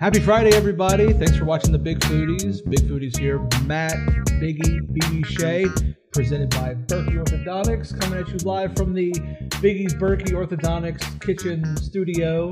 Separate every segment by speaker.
Speaker 1: Happy Friday, everybody. Thanks for watching the Big Foodies. Big Foodies here, Matt, Biggie, BB Shea, presented by Berkey Orthodontics, coming at you live from the Biggie's Berkey Orthodontics kitchen studio.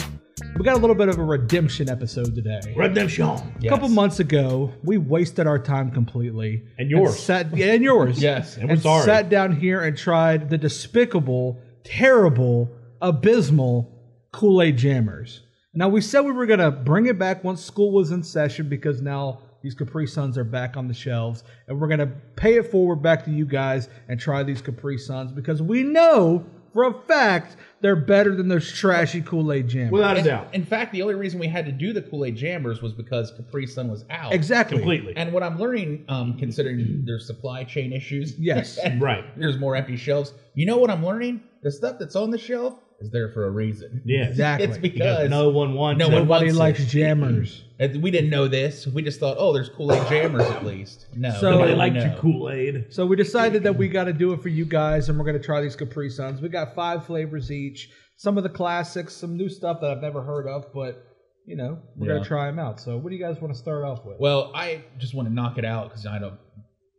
Speaker 1: We got a little bit of a redemption episode today.
Speaker 2: Redemption.
Speaker 1: A couple months ago, we wasted our time completely.
Speaker 2: And yours.
Speaker 1: sat, yeah, and yours.
Speaker 2: Yes, and we're sorry.
Speaker 1: sat down here and tried the despicable, terrible, abysmal Kool Aid Jammers. Now, we said we were going to bring it back once school was in session because now these Capri Suns are back on the shelves. And we're going to pay it forward back to you guys and try these Capri Suns because we know for a fact they're better than those trashy Kool Aid Jammers.
Speaker 2: Without a
Speaker 3: In-
Speaker 2: doubt.
Speaker 3: In fact, the only reason we had to do the Kool Aid Jammers was because Capri Sun was out.
Speaker 1: exactly.
Speaker 2: Completely.
Speaker 3: And what I'm learning, um, considering there's supply chain issues,
Speaker 1: Yes.
Speaker 3: and
Speaker 2: Right.
Speaker 3: there's more empty shelves. You know what I'm learning? The stuff that's on the shelf is there for a reason.
Speaker 2: Yes.
Speaker 1: Exactly.
Speaker 3: It's
Speaker 2: Because
Speaker 3: because
Speaker 2: no one wants
Speaker 3: No
Speaker 2: it.
Speaker 3: one
Speaker 1: Nobody
Speaker 3: wants it.
Speaker 1: likes jammers.
Speaker 3: and we didn't know this. We just thought, oh, there's Kool Aid Jammers at least. No,
Speaker 1: So-
Speaker 2: Nobody
Speaker 3: no,
Speaker 2: liked
Speaker 3: no.
Speaker 2: your Kool Aid.
Speaker 1: So we decided that we got to do it for you guys, and we're going to try these Capri Suns. We got five flavors each, some of the classics, some new stuff that I've never heard of, but you know we're going
Speaker 3: Yeah.
Speaker 1: to try them out. So what do you guys want to start off with?
Speaker 3: Well, I just want to knock it out because I've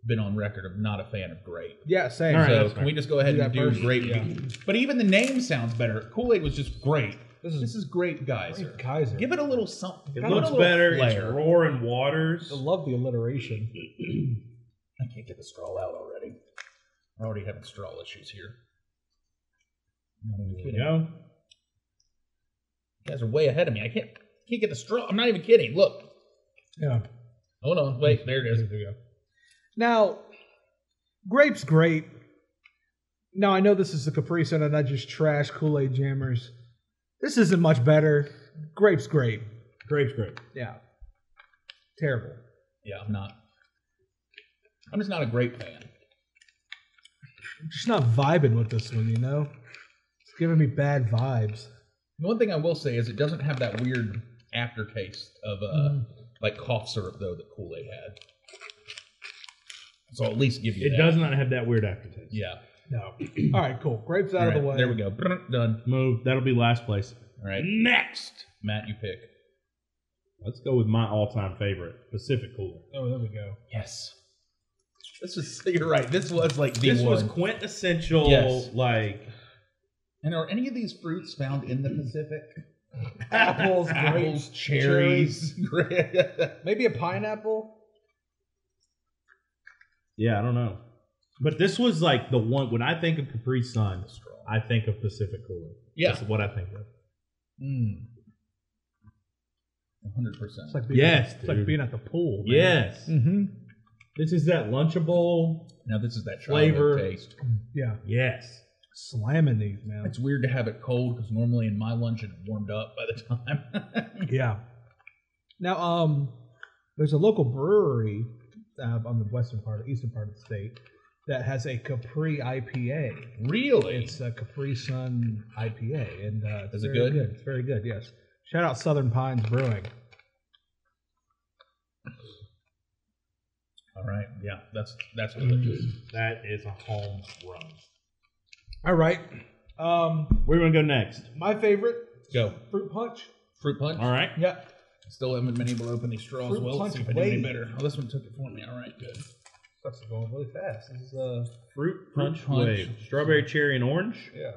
Speaker 3: been on record of not a fan of grape.
Speaker 1: yeah, same.
Speaker 2: All right,
Speaker 3: So
Speaker 2: that's
Speaker 3: can
Speaker 2: fair.
Speaker 3: we just go ahead
Speaker 1: Do
Speaker 3: and
Speaker 1: that
Speaker 3: do
Speaker 1: first,
Speaker 3: grape?
Speaker 1: yeah.
Speaker 3: But even the name sounds better. Kool Aid was just grape. This is this is grape
Speaker 1: So,
Speaker 3: geyser.
Speaker 1: Great Kaiser.
Speaker 3: Give it a little something.
Speaker 2: It
Speaker 3: Give
Speaker 2: looks
Speaker 3: a little
Speaker 2: better. It's
Speaker 3: flair.
Speaker 2: roaring waters.
Speaker 1: I love the alliteration.
Speaker 3: I can't get the straw out already. I'm already having straw issues here. I'm not even
Speaker 2: You
Speaker 3: kidding.
Speaker 2: know?
Speaker 3: You guys are way ahead of me. I can't can't get the straw. I'm not even kidding. Look.
Speaker 1: Yeah.
Speaker 3: Hold on. Wait. There it is.
Speaker 1: Now, grape's great. Now I know this is a Capri Sun and I just trash Kool Aid jammers. This isn't much better. Grape's great.
Speaker 2: Grape's grape.
Speaker 1: Yeah. Terrible.
Speaker 3: Yeah, I'm not. I'm just not a grape fan.
Speaker 1: I'm just not vibing with this one, you know? It's giving me bad vibes.
Speaker 3: The one thing I will say is it doesn't have that weird aftertaste of uh
Speaker 1: Mm.
Speaker 3: like cough syrup though that Kool Aid had. So I'll at least give you
Speaker 2: It
Speaker 3: that.
Speaker 2: does not have that weird aftertaste.
Speaker 3: Yeah.
Speaker 1: No. All right, cool. Grapes out
Speaker 3: All
Speaker 1: of the
Speaker 3: right,
Speaker 1: way.
Speaker 3: There we go. Brr, Done.
Speaker 2: Move. That'll be last place.
Speaker 3: All right.
Speaker 2: Next.
Speaker 3: Matt, you pick.
Speaker 2: Let's go with my all time favorite Pacific Cooler.
Speaker 1: Oh, there we go.
Speaker 3: Yes. This is you're right. This was like the
Speaker 2: This
Speaker 3: one.
Speaker 2: was quintessential,
Speaker 3: Yes.
Speaker 2: like
Speaker 3: and are any of these fruits found in the Pacific?
Speaker 1: Apples,
Speaker 3: Apples,
Speaker 1: grapes,
Speaker 3: cherries.
Speaker 1: Maybe a pineapple?
Speaker 2: Yeah, I don't know. But this was like the one when I think of Capri Sun, I think of Pacific Cooler.
Speaker 3: Yeah.
Speaker 2: That's what I think of.
Speaker 1: Mm.
Speaker 3: Hmm. Hundred percent.
Speaker 1: It's like being
Speaker 2: Yes,
Speaker 1: At, it's like
Speaker 2: dude.
Speaker 1: being at the pool. man.
Speaker 2: Yes.
Speaker 1: Mm-hmm.
Speaker 2: Mm. This is that Lunchable.
Speaker 3: Now this is that
Speaker 2: Flavor.
Speaker 3: flavor taste.
Speaker 1: Yeah.
Speaker 2: Yes.
Speaker 1: Slamming these, man.
Speaker 3: It's weird to have it cold because normally in my lunch it warmed up by the time.
Speaker 1: yeah. Now, um, there's a local brewery uh, on the western part, eastern part of the state, that has a Capri IPA.
Speaker 3: really?
Speaker 1: It's a Capri Sun IPA, and uh, it's
Speaker 3: Is it
Speaker 1: very
Speaker 3: good?
Speaker 1: It's very good. Yes. Shout out Southern Pines Brewing.
Speaker 3: All right. Yeah. That's that's delicious.
Speaker 2: That is a home run.
Speaker 1: All right. Um,
Speaker 2: Where do you want to go next?
Speaker 1: my favorite
Speaker 3: Go
Speaker 1: fruit punch.
Speaker 3: fruit punch.
Speaker 2: All right.
Speaker 1: Yeah.
Speaker 3: Still haven't been able to open these straws
Speaker 1: Fruit
Speaker 3: well. Let's see
Speaker 1: punch
Speaker 3: if I do any
Speaker 1: wave.
Speaker 3: better. Oh, this one took it for me. All right. Good.
Speaker 1: That's going really fast. This is uh,
Speaker 2: Fruit punch,
Speaker 3: punch.
Speaker 2: wave. Strawberry, cherry, and orange.
Speaker 1: yeah.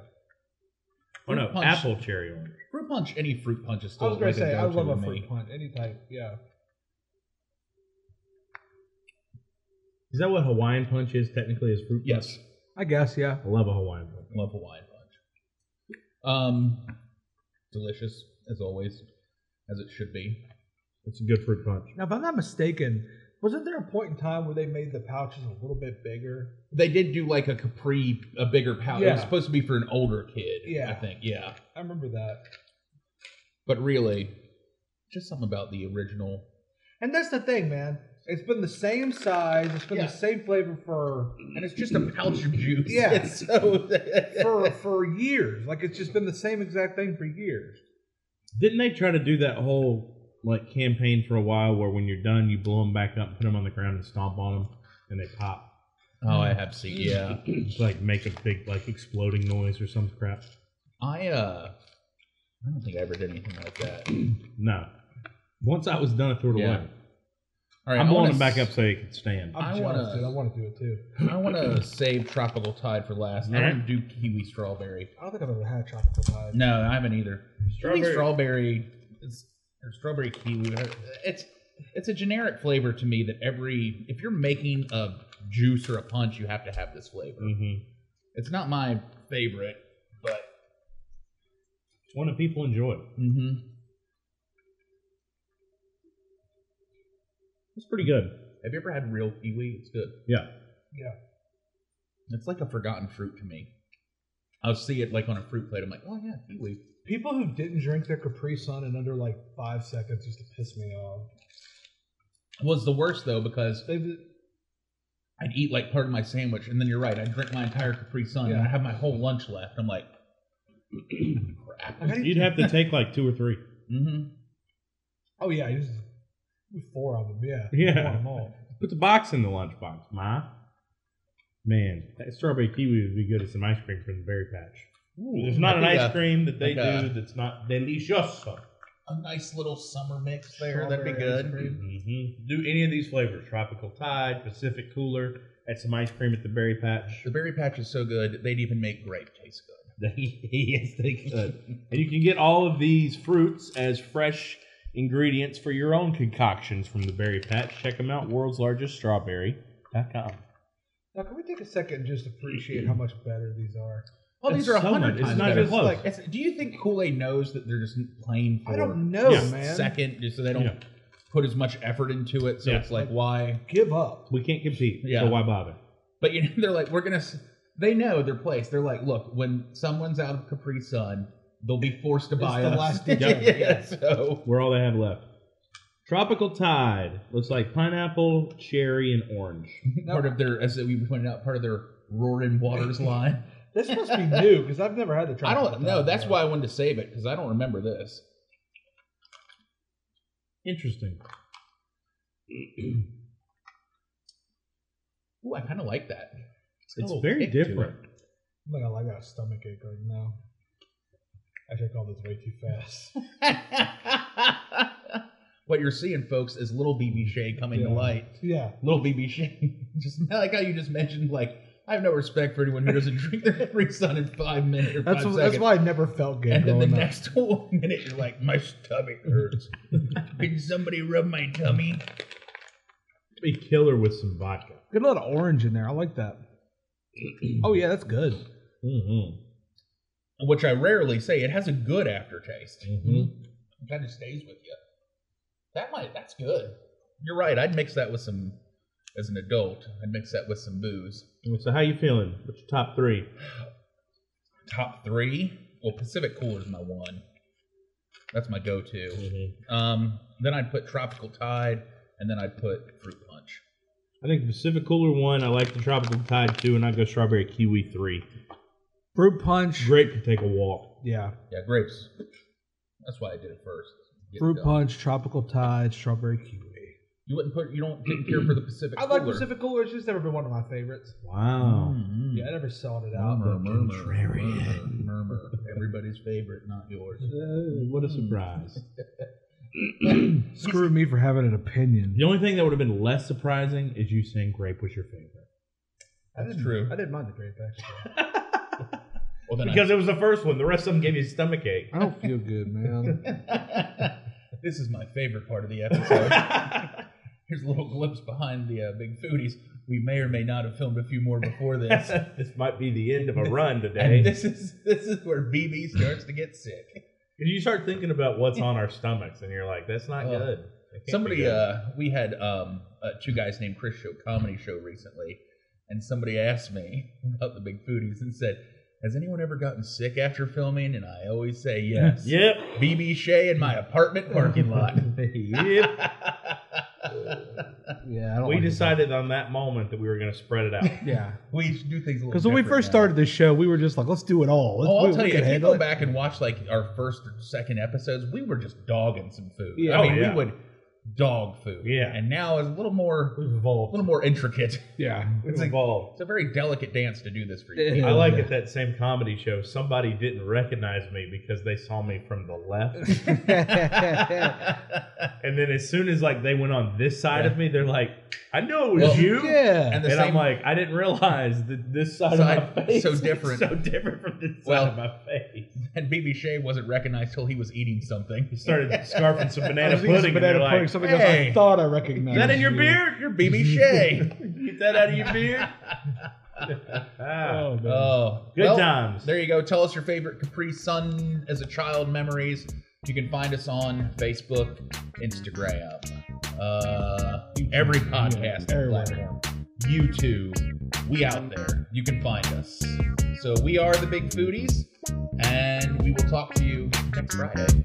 Speaker 2: Oh no,
Speaker 3: Fruit punch.
Speaker 2: apple, cherry, orange.
Speaker 3: Fruit punch. Any fruit punch is
Speaker 1: I
Speaker 3: still.
Speaker 1: was gonna
Speaker 3: like
Speaker 1: say I
Speaker 3: go-to
Speaker 1: love a
Speaker 3: with
Speaker 1: fruit
Speaker 3: me.
Speaker 1: punch, any type. Yeah.
Speaker 2: Is that what Hawaiian punch is technically? Is fruit? punch?
Speaker 3: Yes.
Speaker 1: I guess. Yeah.
Speaker 2: I love a Hawaiian punch.
Speaker 3: Love Hawaiian punch. Um, delicious as always, as it should be.
Speaker 2: It's a good fruit punch.
Speaker 1: Now, if I'm not mistaken, wasn't there a point in time where they made the pouches a little bit bigger?
Speaker 3: They did do like a capri, a bigger pouch. It was
Speaker 1: Yeah.
Speaker 3: supposed to be for an older kid.
Speaker 1: Yeah.
Speaker 3: I think. Yeah.
Speaker 1: I remember that.
Speaker 3: But really, just something about the original.
Speaker 1: And that's the thing, man. It's been the same size. It's been
Speaker 3: Yeah.
Speaker 1: the same flavor for
Speaker 3: And it's just a pouch of juice.
Speaker 1: Yeah.
Speaker 3: It's so.
Speaker 1: for for years. Like it's just been the same exact thing for years.
Speaker 2: Didn't they try to do that whole like campaign for a while where when you're done, you blow them back up, put them on the ground, and stomp on them, and they pop?
Speaker 3: oh, I have seen. Yeah.
Speaker 2: It's like make a big like exploding noise or some crap.
Speaker 3: I uh, I don't think I ever did anything like that.
Speaker 2: No, Once I was done, I threw it
Speaker 3: Yeah.
Speaker 2: away.
Speaker 3: All right,
Speaker 2: I'm blowing
Speaker 3: wanna
Speaker 2: them back
Speaker 3: s-
Speaker 2: up so they can stand.
Speaker 3: I
Speaker 1: I'm jealous,
Speaker 3: wanna-
Speaker 1: dude. I want to do it too.
Speaker 3: I want to save tropical tide for last. and I want to do kiwi strawberry.
Speaker 1: I don't think I've ever had a tropical tide.
Speaker 3: No, I haven't either. Strawberry,
Speaker 2: Strawberry-
Speaker 3: strawberry is, or strawberry kiwi. whatever. It's it's a generic flavor to me that every if you're making a juice or a punch, you have to have this flavor.
Speaker 2: hmm
Speaker 3: It's not my favorite, but
Speaker 2: It's one that people enjoy.
Speaker 3: mhm.
Speaker 2: It's pretty good.
Speaker 3: have you ever had real kiwi? It's good.
Speaker 2: Yeah.
Speaker 1: Yeah.
Speaker 3: It's like a forgotten fruit to me. I'll see it like on a fruit plate. I'm like, oh yeah, kiwi.
Speaker 1: People who didn't drink their Capri Sun in under like five seconds used to piss me off.
Speaker 3: Was the worst though because
Speaker 1: They,
Speaker 3: I'd eat like part of my sandwich, and then you're right, I'd drink my entire Capri Sun, and
Speaker 1: Yeah.
Speaker 3: I have my whole lunch left. I'm like, crap.
Speaker 1: Like, how do you-
Speaker 2: You'd have to take like two or three.
Speaker 3: hmm
Speaker 1: oh yeah, you just four of them. Yeah,
Speaker 2: Yeah.
Speaker 1: Four of 'em all.
Speaker 2: Put the box in the lunchbox, ma. Man, that strawberry kiwi would be good as some ice cream from the berry patch. There's not an
Speaker 3: I think
Speaker 2: ice
Speaker 3: a-
Speaker 2: cream that they
Speaker 3: like a-
Speaker 2: do that's not delicious.
Speaker 3: A nice little summer mix there. That'd
Speaker 1: Strawberry
Speaker 3: be
Speaker 1: ice
Speaker 3: good. Mm-hmm.
Speaker 1: cream.
Speaker 2: Mhm. Do any of these flavors? Tropical Tide, Pacific Cooler, add some ice cream at the berry patch.
Speaker 3: The berry patch is so good, they'd even make grape taste good.
Speaker 2: yes, they could. and you can get all of these fruits as fresh ingredients for your own concoctions from the berry patch. Check them out, world's largest strawberry.com.
Speaker 1: Now, can we take a second and just appreciate how much better these are?
Speaker 3: Oh, these
Speaker 2: It's
Speaker 3: are a
Speaker 2: so
Speaker 3: hundred
Speaker 2: much-
Speaker 3: times
Speaker 2: It's not
Speaker 3: better.
Speaker 2: even close.
Speaker 1: like-
Speaker 3: It's- do you think Kool Aid knows that they're just plain for
Speaker 1: I don't know,
Speaker 2: Yeah.
Speaker 1: man.
Speaker 3: second, just so they don't
Speaker 2: Yeah.
Speaker 3: put as much effort into it? So
Speaker 2: Yeah.
Speaker 3: it's like, why?
Speaker 1: Give up.
Speaker 2: we can't compete,
Speaker 3: Yeah.
Speaker 2: so why bother?
Speaker 3: But you know, they're like, we're gonna. s- They know their place. They're like, look, when someone's out of Capri Sun, they'll be forced to buy
Speaker 1: the
Speaker 3: us.
Speaker 1: last
Speaker 3: yeah,
Speaker 1: ditch.
Speaker 3: So
Speaker 2: We're all they have left. Tropical Tide looks like pineapple, cherry, and orange.
Speaker 3: part of their, as we pointed out, part of their roaring waters line.
Speaker 1: This must be new because I've never had the
Speaker 3: I
Speaker 1: tropical.
Speaker 3: don't know.
Speaker 1: tide
Speaker 3: That's
Speaker 1: before.
Speaker 3: why I wanted to save it because I don't remember this.
Speaker 2: Interesting.
Speaker 3: Ooh, I kind of like that. got a
Speaker 2: It's
Speaker 3: little
Speaker 2: very
Speaker 3: kick Oh, to
Speaker 2: different.
Speaker 1: I'm not gonna lie, I got a stomach ache right now. I drank all this way too fast.
Speaker 3: what you're seeing, folks, is little BB Shay coming to
Speaker 1: Yeah.
Speaker 3: light.
Speaker 1: yeah,
Speaker 3: Little BB Shay. just I like how you just mentioned, like, I have no respect for anyone who doesn't drink their Capri Sun in five minutes or five
Speaker 1: that's
Speaker 3: seconds.
Speaker 1: that's why I never felt good.
Speaker 3: And then the
Speaker 1: growing up.
Speaker 3: next one minute, you're like, my stomach hurts. Can somebody rub my tummy?
Speaker 2: Be killer with some vodka.
Speaker 1: Get a lot of orange in there. I like that. oh yeah, that's good.
Speaker 2: Mm-hmm.
Speaker 3: Which I rarely say. It has a good aftertaste.
Speaker 2: Mhm.
Speaker 1: Mm-hmm.
Speaker 3: It kind of stays with you. That might. That's good. You're right. I'd mix that with some. As an adult, I'd mix that with some booze.
Speaker 2: So how you feeling? What's your top three?
Speaker 3: Top three. Well, Pacific Cooler is my one. That's my go-to. Um, then I'd put Tropical Tide, and then I'd put Fruit Punch.
Speaker 2: I think Pacific Cooler one. I like the Tropical Tide two, and I go Strawberry Kiwi three.
Speaker 1: Fruit punch.
Speaker 2: Grape can take a walk.
Speaker 1: Yeah,
Speaker 3: Yeah, grapes. That's why I did it first. Get it
Speaker 1: fruit
Speaker 3: done.
Speaker 1: punch, tropical tide, strawberry kiwi.
Speaker 3: You wouldn't put. You don't didn't care for the Pacific.
Speaker 1: I like
Speaker 3: Cooler.
Speaker 1: Pacific Cooler. It's just never been one of my favorites.
Speaker 2: Wow.
Speaker 3: Mm-hmm.
Speaker 1: Oh. Yeah, I never sought it out.
Speaker 3: Murmur, murmur, murmur,
Speaker 2: Contrarian.
Speaker 3: murmur. Everybody's favorite, not yours.
Speaker 2: Oh, what a surprise.
Speaker 1: Screw me for having an opinion.
Speaker 2: the only thing that would have been less surprising is you saying grape was your favorite.
Speaker 1: I
Speaker 3: That's
Speaker 1: didn't-
Speaker 3: true.
Speaker 1: I didn't mind the grape actually.
Speaker 3: Well, then
Speaker 2: Because it was the first one. The rest of them gave you stomach ache.
Speaker 1: I don't feel good, man.
Speaker 3: I, this is my favorite part of the episode. Here's a little glimpse behind the uh, big foodies. We may or may not have filmed a few more before this.
Speaker 2: this might be the end of a run today.
Speaker 3: And this is this is where BB starts to get sick.
Speaker 2: 'Cause you start thinking about what's on our stomachs, and you're like, "That's not
Speaker 3: Oh.
Speaker 2: good." That can't be
Speaker 3: Somebody,
Speaker 2: good.
Speaker 3: uh, we had um, uh, two guys named Chris show comedy show recently, and somebody asked me about the big foodies and said, "Has anyone ever gotten sick after filming?" And I always say yes.
Speaker 2: yep,
Speaker 3: BB Shea in my apartment parking lot.
Speaker 2: yep.
Speaker 1: yeah, I don't.
Speaker 2: we
Speaker 1: like it.
Speaker 2: decided on that moment that we were going to spread it out.
Speaker 1: Yeah,
Speaker 3: we do things a little
Speaker 1: because when we
Speaker 3: different
Speaker 1: first
Speaker 3: now.
Speaker 1: started this show, we were just like, let's do it all. Let's,
Speaker 3: Oh, I'll
Speaker 1: we,
Speaker 3: tell
Speaker 1: we
Speaker 3: you,
Speaker 1: can
Speaker 3: if you
Speaker 1: handle
Speaker 3: go
Speaker 1: it.
Speaker 3: back and watch like our first or second episodes, we were just dogging some food.
Speaker 1: Yeah.
Speaker 3: I
Speaker 2: Oh,
Speaker 3: mean,
Speaker 2: yeah.
Speaker 3: we would dog food.
Speaker 2: Yeah.
Speaker 3: And now is a little more,
Speaker 4: We've
Speaker 3: a
Speaker 4: evolved.
Speaker 3: little more intricate.
Speaker 1: Yeah.
Speaker 2: It's
Speaker 3: like-
Speaker 2: involved.
Speaker 3: It's a very delicate dance to do this for you.
Speaker 1: It
Speaker 2: I like at that same comedy show, somebody didn't recognize me because they saw me from the left. and then as soon as like they went on this side of me, they're like, I know it was
Speaker 3: Well,
Speaker 2: you.
Speaker 1: Yeah.
Speaker 3: and the
Speaker 2: and
Speaker 3: same,
Speaker 2: I'm like, I didn't realize that this side of
Speaker 3: Side-
Speaker 2: my face
Speaker 3: so
Speaker 2: is
Speaker 3: different.
Speaker 2: so different from this side
Speaker 3: Well-
Speaker 2: of my face.
Speaker 3: and BB Shea wasn't recognized till he was eating something.
Speaker 2: He started scarfing some
Speaker 1: I
Speaker 2: banana
Speaker 1: was eating
Speaker 2: pudding.
Speaker 1: some
Speaker 2: and they're
Speaker 1: banana pudding.
Speaker 2: like,
Speaker 1: Somebody goes, I
Speaker 3: "Hey,
Speaker 1: thought I
Speaker 2: Is
Speaker 1: recognized
Speaker 2: that in your
Speaker 1: you."
Speaker 2: beard?
Speaker 3: You're BB Shea.
Speaker 2: Get that out of your beard. Ah.
Speaker 1: Oh, man.
Speaker 3: Oh,
Speaker 2: Good
Speaker 3: well,
Speaker 2: times.
Speaker 3: There you go. Tell us your favorite Capri Sun as a child memories. You can find us on Facebook, Instagram, uh, every podcast
Speaker 1: everywhere.
Speaker 3: platform, YouTube. We out there. You can find us. So we are the Big Foodies, and we will talk to you next Friday.